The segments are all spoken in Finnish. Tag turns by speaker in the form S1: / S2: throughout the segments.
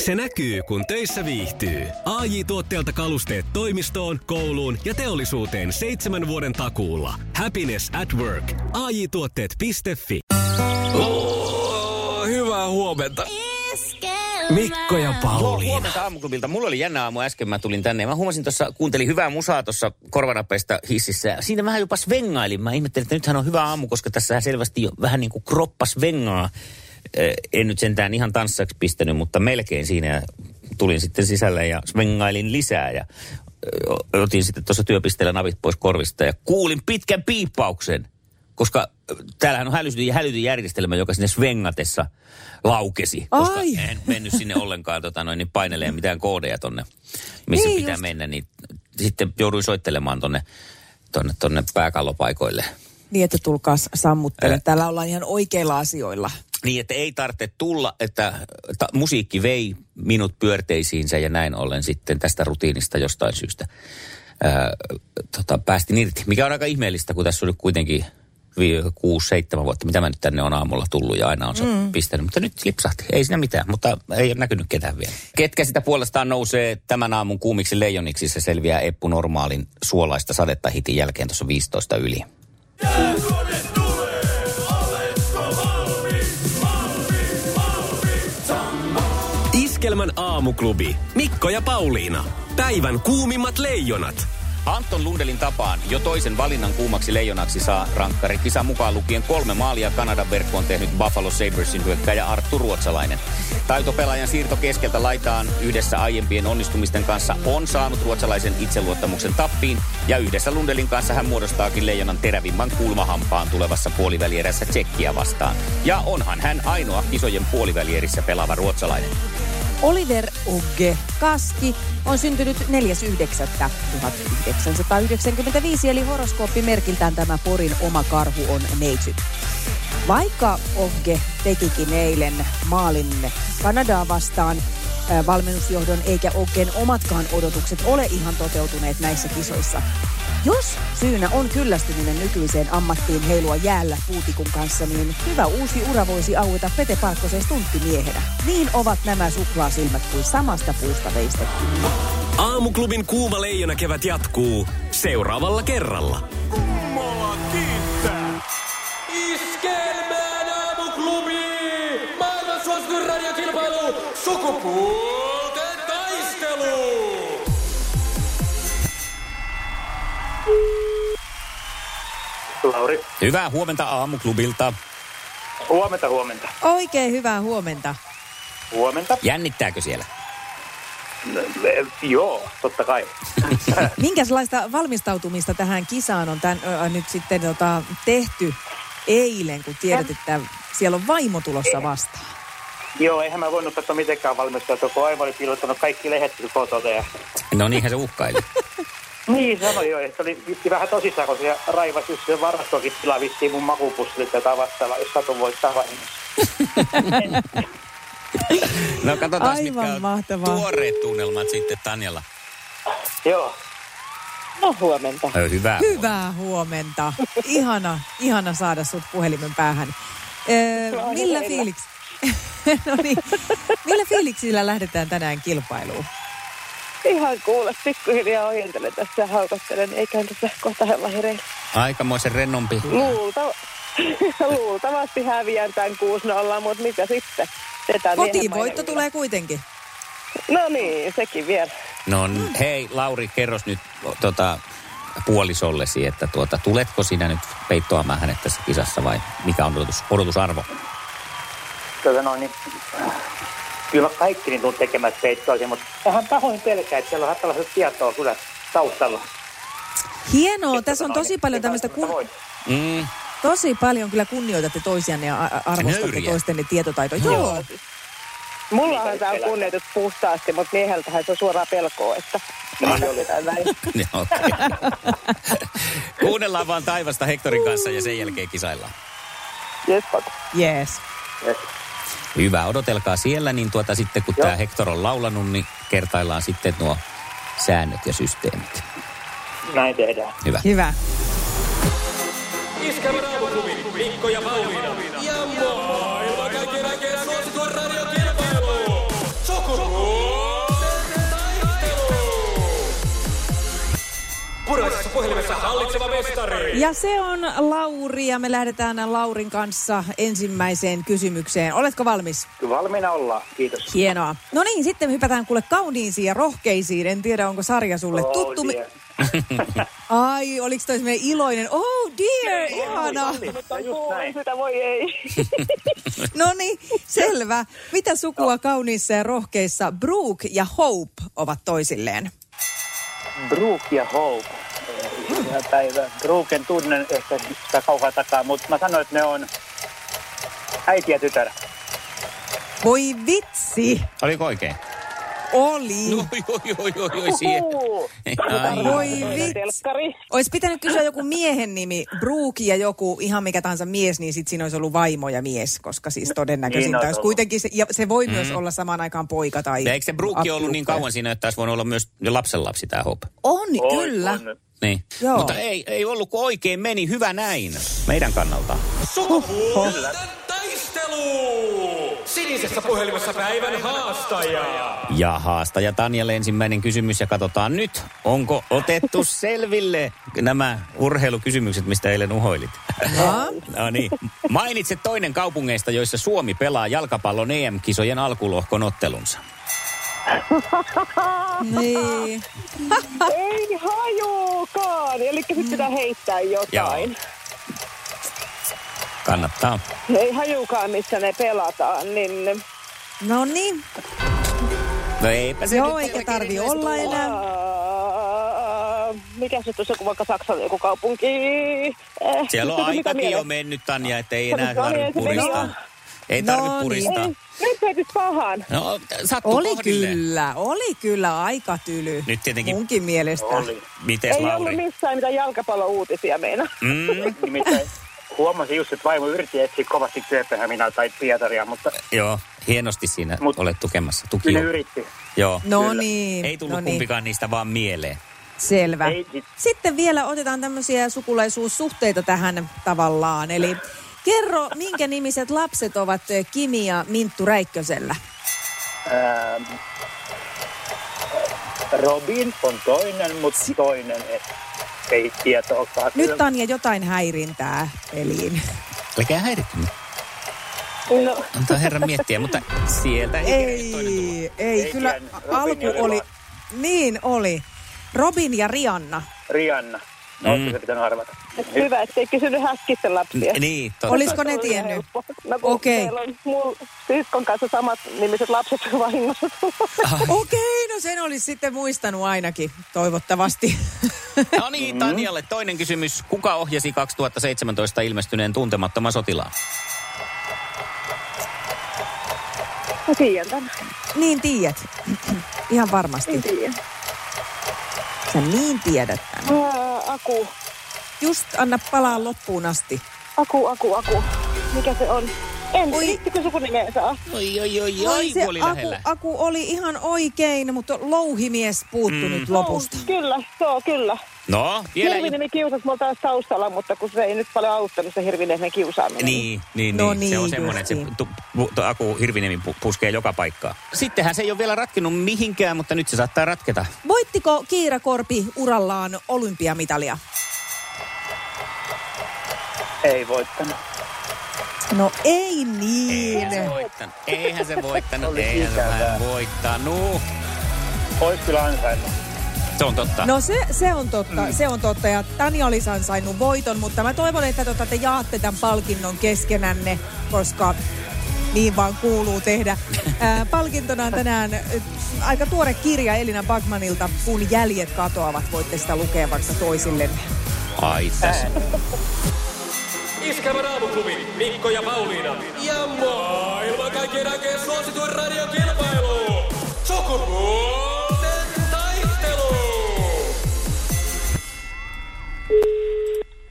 S1: Se näkyy, kun töissä viihtyy. ai tuotteelta kalusteet toimistoon, kouluun ja teollisuuteen seitsemän vuoden takuulla. Happiness at work. ai tuotteetfi
S2: Oh, hyvää huomenta.
S1: Mikko ja Pauliina.
S3: Huomenta aamuklubilta. Mulla oli jännä aamu äsken, mä tulin tänne. Mä huomasin tuossa, kuuntelin hyvää musaa tuossa korvanapeista hississä. Siinä vähän jopa svengailin. Mä ihmettelin, että nythän on hyvä aamu, koska tässä selvästi jo vähän niin kuin kroppa svengaa. Eh, En nyt sentään ihan tanssaksi pistänyt, mutta melkein siinä. Ja Tulin sitten sisälle ja svengailin lisää ja ö, otin sitten tuossa työpisteellä napit pois korvista ja kuulin pitkän piippauksen. Koska ö, täällähän on hälytyn, hälytyn järjestelmä, joka sinne svengatessa laukesi. Koska
S2: Ai.
S3: en mennyt sinne ollenkaan tota noin, niin painelee mitään koodeja tonne, missä niin pitää
S2: Niin just.
S3: just. mennä. Niin sitten jouduin soittelemaan tonne, tonne, tonne pääkallopaikoille.
S2: Niin, että tulkaa sammuttele. Täällä ollaan ihan oikeilla asioilla.
S3: Niin, että ei tarvitse tulla, että ta, musiikki vei minut pyörteisiinsä ja näin ollen sitten tästä rutiinista jostain syystä ää, tota, päästin irti. Mikä on aika ihmeellistä, kun tässä on nyt kuitenkin 6-7 vuotta, mitä mä nyt tänne on aamulla tullut ja aina on se mm. pistänyt. Mutta nyt lipsahti, ei siinä mitään, mutta ei ole näkynyt ketään vielä. Ketkä sitä puolestaan nousee tämän aamun kuumiksi leijoniksi, se selviää Eppu Normaalin suolaista sadetta hitin jälkeen tuossa 15 yli.
S1: Iskelmän aamuklubi. Mikko ja Pauliina. Päivän kuumimmat leijonat.
S3: Anton Lundelin tapaan jo toisen valinnan kuumaksi leijonaksi saa rankkarikisa mukaan lukien kolme maalia Kanadan verkkoon tehnyt Buffalo Sabresin hyökkäjä Arttu Ruotsalainen. Taitopelaajan siirto keskeltä laitaan yhdessä aiempien onnistumisten kanssa on saanut ruotsalaisen itseluottamuksen tappiin ja yhdessä Lundelin kanssa hän muodostaakin leijonan terävimmän kulmahampaan tulevassa puolivälierässä tsekkiä vastaan. Ja onhan hän ainoa kisojen puolivälierissä pelaava ruotsalainen.
S2: Oliver Ugge Kaski on syntynyt 4.9.1995, eli horoskooppimerkiltään tämä Porin oma karhu on neitsyt. Vaikka Ogge tekikin eilen maalin Kanadaa vastaan äh, valmennusjohdon eikä Oggen omatkaan odotukset ole ihan toteutuneet näissä kisoissa. Jos syynä on kyllästyminen nykyiseen ammattiin heilua jäällä puutikun kanssa, niin hyvä uusi ura voisi aueta Pete Parkkosen stunttimiehenä. Niin ovat nämä suklaasilmät kuin samasta puusta veistetty.
S1: Aamuklubin kuuma leijona kevät jatkuu seuraavalla kerralla.
S4: Kummola kiittää. Iskelmään aamuklubi! Maailman suosituin radiokilpailu! Sukupuolten taistelu!
S5: Lauri.
S3: Hyvää huomenta aamuklubilta.
S5: Huomenta, huomenta.
S2: Oikein hyvää huomenta.
S5: Huomenta.
S3: Jännittääkö siellä?
S5: Eh, Joo, totta kai.
S2: Minkälaista valmistautumista tähän kisaan on tän, ö, nyt sitten tota, tehty eilen, kun tiedät, että siellä on vaimo tulossa vastaan?
S5: Joo, eihän mä voinut tässä mitenkään valmistautua, kun Aivo oli piilottanut kaikki lehdet kotona. Ja...
S3: No niinhän se uhkaili.
S5: Niin sanoi jo, että oli vitsi vähän tosissaan, kun se raivasi just sen varastokin tilaa vittiin mun makupussille tätä vastaavaa, jos satun voittaa vahingossa.
S3: No katsotaan,
S2: Aivan
S3: mitkä on
S2: mahtavaa.
S3: tuoreet tunnelmat sitten Tanjalla.
S5: Joo.
S6: No huomenta.
S3: Ö, Hyvää.
S2: Hyvää huomenta. Ihana, ihana saada sut puhelimen päähän.
S6: No
S2: Öö,
S6: niin,
S2: millä,
S6: teillä.
S2: fiiliks... no niin. millä fiiliksillä lähdetään tänään kilpailuun?
S6: Ihan kuulla, pikkuhiljaa ojentelen tässä ja haukottelen, eiköhän tässä kohta hella hereillä.
S3: Aikamoisen rennompi.
S6: Luulta, luultavasti häviän tämän 6-0, mutta mitä sitten? Tätä
S2: Kotivoitto tulee kuitenkin.
S6: No niin, sekin vielä.
S3: No n- hei, Lauri, kerros nyt o, tota, puolisollesi, että tuota, tuletko sinä nyt peittoamaan hänet tässä kisassa vai mikä on odotus, odotusarvo?
S5: Tuota noin, niin... Kyllä mä kaikki niin tuun tekemään peittoakin, mutta vähän pahoin pelkää, että siellä on tällaiset tietoa kyllä taustalla.
S2: Hienoa.
S5: Että
S2: Tässä on
S5: tota
S2: tosi
S5: noin,
S2: paljon
S5: niin,
S2: tämmöistä
S5: ei välttämättä
S2: kun...
S5: voi.
S3: Mm.
S2: Tosi paljon kyllä kunnioitatte toisianne ja a- a- arvostatte
S3: Nöyriä.
S2: toistenne tietotaitoa. Joo.
S6: Mullahan tämä on kunnioitus puhtaasti, mutta mieheltähän se on suoraan pelkoa, että ei ole jotain väliä.
S3: No, okay. Kuunnellaan vaan taivasta Hektorin kanssa ja sen jälkeen kisaillaan.
S6: Jes, pat.
S2: Yes.
S3: Hyvä, odotelkaa siellä, niin tuota sitten kun
S5: Joo.
S3: tämä Hektor on laulanut, niin kertaillaan sitten nuo säännöt ja systeemit.
S5: Näin tehdään.
S3: Hyvä.
S2: Hyvä.
S4: Iskelmän aamuklubi, Mikko ja Pauliina. Ja maailman kaikkien aikeen suosituen radiokilpailu! Sukupuolten Tässä hallitseva mestari.
S2: Ja se on Lauri ja me lähdetään Laurin kanssa ensimmäiseen kysymykseen. Oletko valmis?
S5: Kyllä valmiina ollaan, kiitos.
S2: Hienoa. No niin, sitten hypätään kuule kauniisiin ja rohkeisiin. En tiedä, onko sarja sulle
S5: Oh
S2: tuttu. mi-
S5: dear.
S2: Ai, oliko toi semmoinen iloinen? Oh dear, ihana.
S5: Ja just näin.
S6: Sitä voi ei.
S2: No niin, selvä. Mitä sukua kauniissa ja rohkeissa Brooke ja Hope ovat toisilleen?
S5: Brooke ja Hope. Hyvää päivää. Brooken tunnen ehkä sitä kaukaa takaa, mutta mä sanoin, että ne on äiti ja tytär.
S2: Voi vitsi,
S3: Oliko oikein?
S2: oli.
S3: Oi, oi, oi, oi, oi, siihen.
S2: Voi
S3: No, Ai.
S2: vitsi.
S6: Telkkari.
S2: Olisi pitänyt kysyä joku miehen nimi, Brooke ja joku ihan mikä tahansa mies, niin sitten siinä olisi ollut vaimo ja mies, koska siis todennäköisintä
S5: olisi
S2: olisi
S5: No, niin ollut.
S2: kuitenkin, se, ja se voi myös olla samaan aikaan poika tai...
S3: Ja Mm. eikö se Brukki ollut niin
S2: appiukko.
S3: kauan siinä, että olisi voinut olla myös lapsenlapsi tämä Hope?
S2: On,
S5: Oi,
S2: kyllä.
S5: on.
S3: Niin.
S2: Joo.
S3: Mutta ei, ei ollut, kun oikein meni. Hyvä näin. Meidän kannalta.
S4: Sukupuolten taistelu. Sinisessä puhelimessa päivän haastaja.
S3: Ja haastaja Tanjalle ensimmäinen kysymys ja katsotaan nyt, onko otettu selville nämä urheilukysymykset, mistä eilen uhoilit.
S2: Jaa.
S3: No niin. Mainitse toinen kaupungeista, joissa Suomi pelaa jalkapallon EM-kisojen alkulohkon ottelunsa.
S2: Niin.
S6: Ei hajuukaan. Eli sitten pitää heittää jotain.
S3: Kannattaa.
S6: Ei hajuukaan, missä ne pelataan. Niin...
S2: No niin,
S3: No eipä se
S2: joo,
S3: nyt
S2: eikä
S3: teillä
S2: tarvi
S3: kenestä
S2: olla
S3: ole.
S2: enää.
S6: Ää, Mikä se tuossa, kun vaikka Saksan joku kaupunki? Eh,
S3: Siellä on
S6: mitä
S3: aikakin
S6: mieleen?
S3: jo mennyt, Tanja, että ei enää
S6: No niin,
S3: tarvitse
S6: se meni
S3: puristaa.
S6: jo.
S3: Ei tarvitse
S2: No niin.
S3: puristaa.
S6: Ei, Nyt heitit pahan.
S3: No, sattuu
S2: Oli
S3: kohdilleen.
S2: kyllä, oli kyllä aika tyly.
S3: Nyt tietenkin-
S2: Munkin mielestä.
S5: Oli.
S3: Mites
S6: Ei ollut
S3: Lauri?
S6: missään mitään jalkapallouutisia meina.
S3: Mm,
S5: Nimittäin huomasin just, että vaimo yritti etsiä kovasti Kööpenhaminaa tai Pietaria, mutta
S3: joo, hienosti siinä
S5: Mut-
S3: olet tukemassa. Tuki
S5: kyllä ne
S3: on.
S5: yritti.
S3: Joo.
S2: No
S5: Kyllä.
S2: niin.
S3: Ei tullut
S2: no niin.
S3: kumpikaan niistä vaan mieleen.
S2: Selvä.
S5: Ei sit-
S2: Sitten vielä otetaan tämmöisiä sukulaisuussuhteita tähän tavallaan. Eli kerro, minkä nimiset lapset ovat eh, Kimi ja Minttu Räikkösellä?
S5: Ähm, Robin on toinen, mutta toinen ei, ei tieto olekaan.
S2: Nyt Tanja jotain häirintää eliin.
S3: Älkää häiritkö nyt. Mm.
S6: No,
S3: Antaa herran miettiä, mutta sieltä ei, kerkeä toinen tulla.
S2: Ei, ei,
S5: Ei
S2: kyllä
S5: tiennyt. Robin
S2: alku
S5: oli
S2: oli,
S5: vaan.
S2: niin oli. Robin ja Rianna.
S5: Rianna. No, mm. se pitänyt arvata.
S6: hyvä, ettei kysynyt häskitten lapsia.
S3: N- Niin, totta.
S2: Olisiko ne
S6: Oli
S2: tiennyt?
S6: helppo. No, kun
S2: Okei.
S6: Meillä on mul siskon kanssa samat nimiset lapset vahingossa.
S2: Okei, no sen olisi sitten muistanut ainakin, toivottavasti.
S3: No niin, Tanjalle toinen kysymys. Kuka ohjasi 2017 ilmestyneen tuntemattoman sotilaan?
S6: Mä tiedän tämän.
S2: niin tiedät. Ihan varmasti.
S6: Niin tiedän.
S2: Sä niin tiedät tämän.
S6: Ää, aku.
S2: Just anna palaa loppuun asti.
S6: Aku, aku, aku. Mikä se on? En,
S2: Oi.
S6: liittyykö sukunimeensä?
S3: Oi, oi, oi,
S2: Oi,
S3: oi, kun
S2: se
S3: Niin, oli
S2: aku,
S3: lähellä.
S2: aku oli ihan oikein, mutta louhimies puuttu nyt lopusta.
S6: Oh, kyllä, joo, kyllä.
S3: No, vielä...
S6: Hirvinimi kiusasi mulla taas taustalla, mutta kun se ei nyt paljon auttanut se hirvinehden kiusaaminen.
S3: Niin, niin,
S2: No
S3: niin. Se on
S2: niin,
S3: semmoinen, että se
S2: justiin.
S3: tu, pu, tu, aku Hirviniemi pu, puskee joka paikkaan. Sittenhän se ei ole vielä ratkennut mihinkään, mutta nyt se saattaa ratketa.
S2: Voittiko Kiira Korpi urallaan olympiamitalia?
S5: Ei voittanut.
S2: No ei niin.
S3: Eihän se voittanut. Eihän se voittanut.
S5: Oli
S3: Eihän se
S5: ikävää.
S3: vähän voittanut.
S5: Ois kyllä ansainnut.
S3: Se on totta.
S2: No se, se on totta, mm. se on totta ja Tani olisi ansainnut voiton, mutta mä toivon, että tota, te jaatte tämän palkinnon keskenänne, koska niin vaan kuuluu tehdä. Ää, palkintona on tänään ä, aika tuore kirja Elina Bagmanilta, kun jäljet katoavat, voitte sitä lukea vaikka toisillenne.
S3: Ai tässä.
S4: Iskävä raamuklubi Mikko ja Pauliina. Ja maailman kaikkien aikeen suosituen radiokilpailu. Sukupuolten taistelu.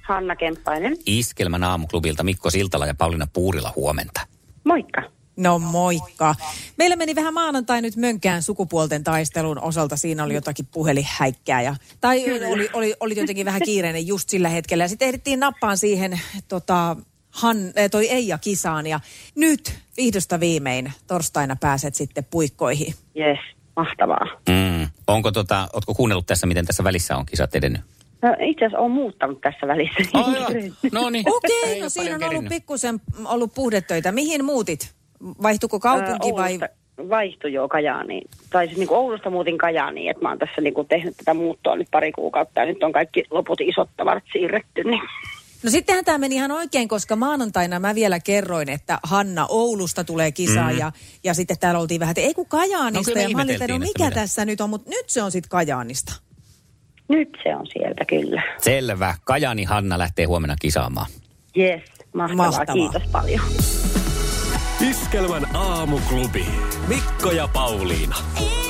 S7: Hanna Kemppainen.
S3: Iskelmän aamuklubilta Mikko Siltala ja Pauliina Puurila huomenta.
S7: Moikka.
S2: No moikka. Meillä meni vähän maanantai nyt mönkään sukupuolten taistelun osalta. Siinä oli jotakin puhelihäikkää. Ja, tai oli, oli, oli jotenkin vähän kiireinen just sillä hetkellä. Ja sitten ehdittiin nappaan siihen tota, Han, eh, toi Eija-kisaan. Ja nyt vihdosta viimein torstaina pääset sitten puikkoihin.
S7: Jes, mahtavaa.
S3: Mm. Onko tota, ootko kuunnellut tässä, miten tässä välissä on kisat edennyt?
S6: No, itse asiassa olen muuttanut tässä välissä.
S3: Oh, joo. No niin.
S2: Okei,
S3: Ei
S2: okay, no
S3: ole
S2: siinä
S3: paljon
S2: on ollut
S3: kerinnyt.
S2: pikkusen ollut puhdetöitä. Mihin muutit? Vaihtuko kaupunki
S6: Ö,
S2: vai...
S6: Oulusta Vaihtui jo Kajaaniin. Tai siis niin Oulusta muutin Kajaaniin, että mä oon tässä niin kuin tehnyt tätä muuttoa nyt pari kuukautta ja nyt on kaikki loput isot tavarat siirretty. Niin.
S2: No sittenhän tämä meni ihan oikein, koska maanantaina mä vielä kerroin, että Hanna Oulusta tulee kisa mm. ja, ja sitten täällä oltiin vähän, että ei kun Kajaanista.
S3: Mhm. No kyllä me
S2: ja mä olin, että no
S3: ihmeteltiin, että
S2: mikä
S3: mitä.
S2: tässä nyt on, mutta nyt se on sitten Kajaanista.
S6: Nyt se on sieltä kyllä.
S3: Selvä. Kajani Hanna lähtee huomenna kisaamaan.
S6: Yes, mahtavaa.
S2: Mahtavaa.
S6: mahtavaa. Kiitos paljon.
S1: Iskelmän aamuklubi. Mikko ja Pauliina.
S7: Iskelmä.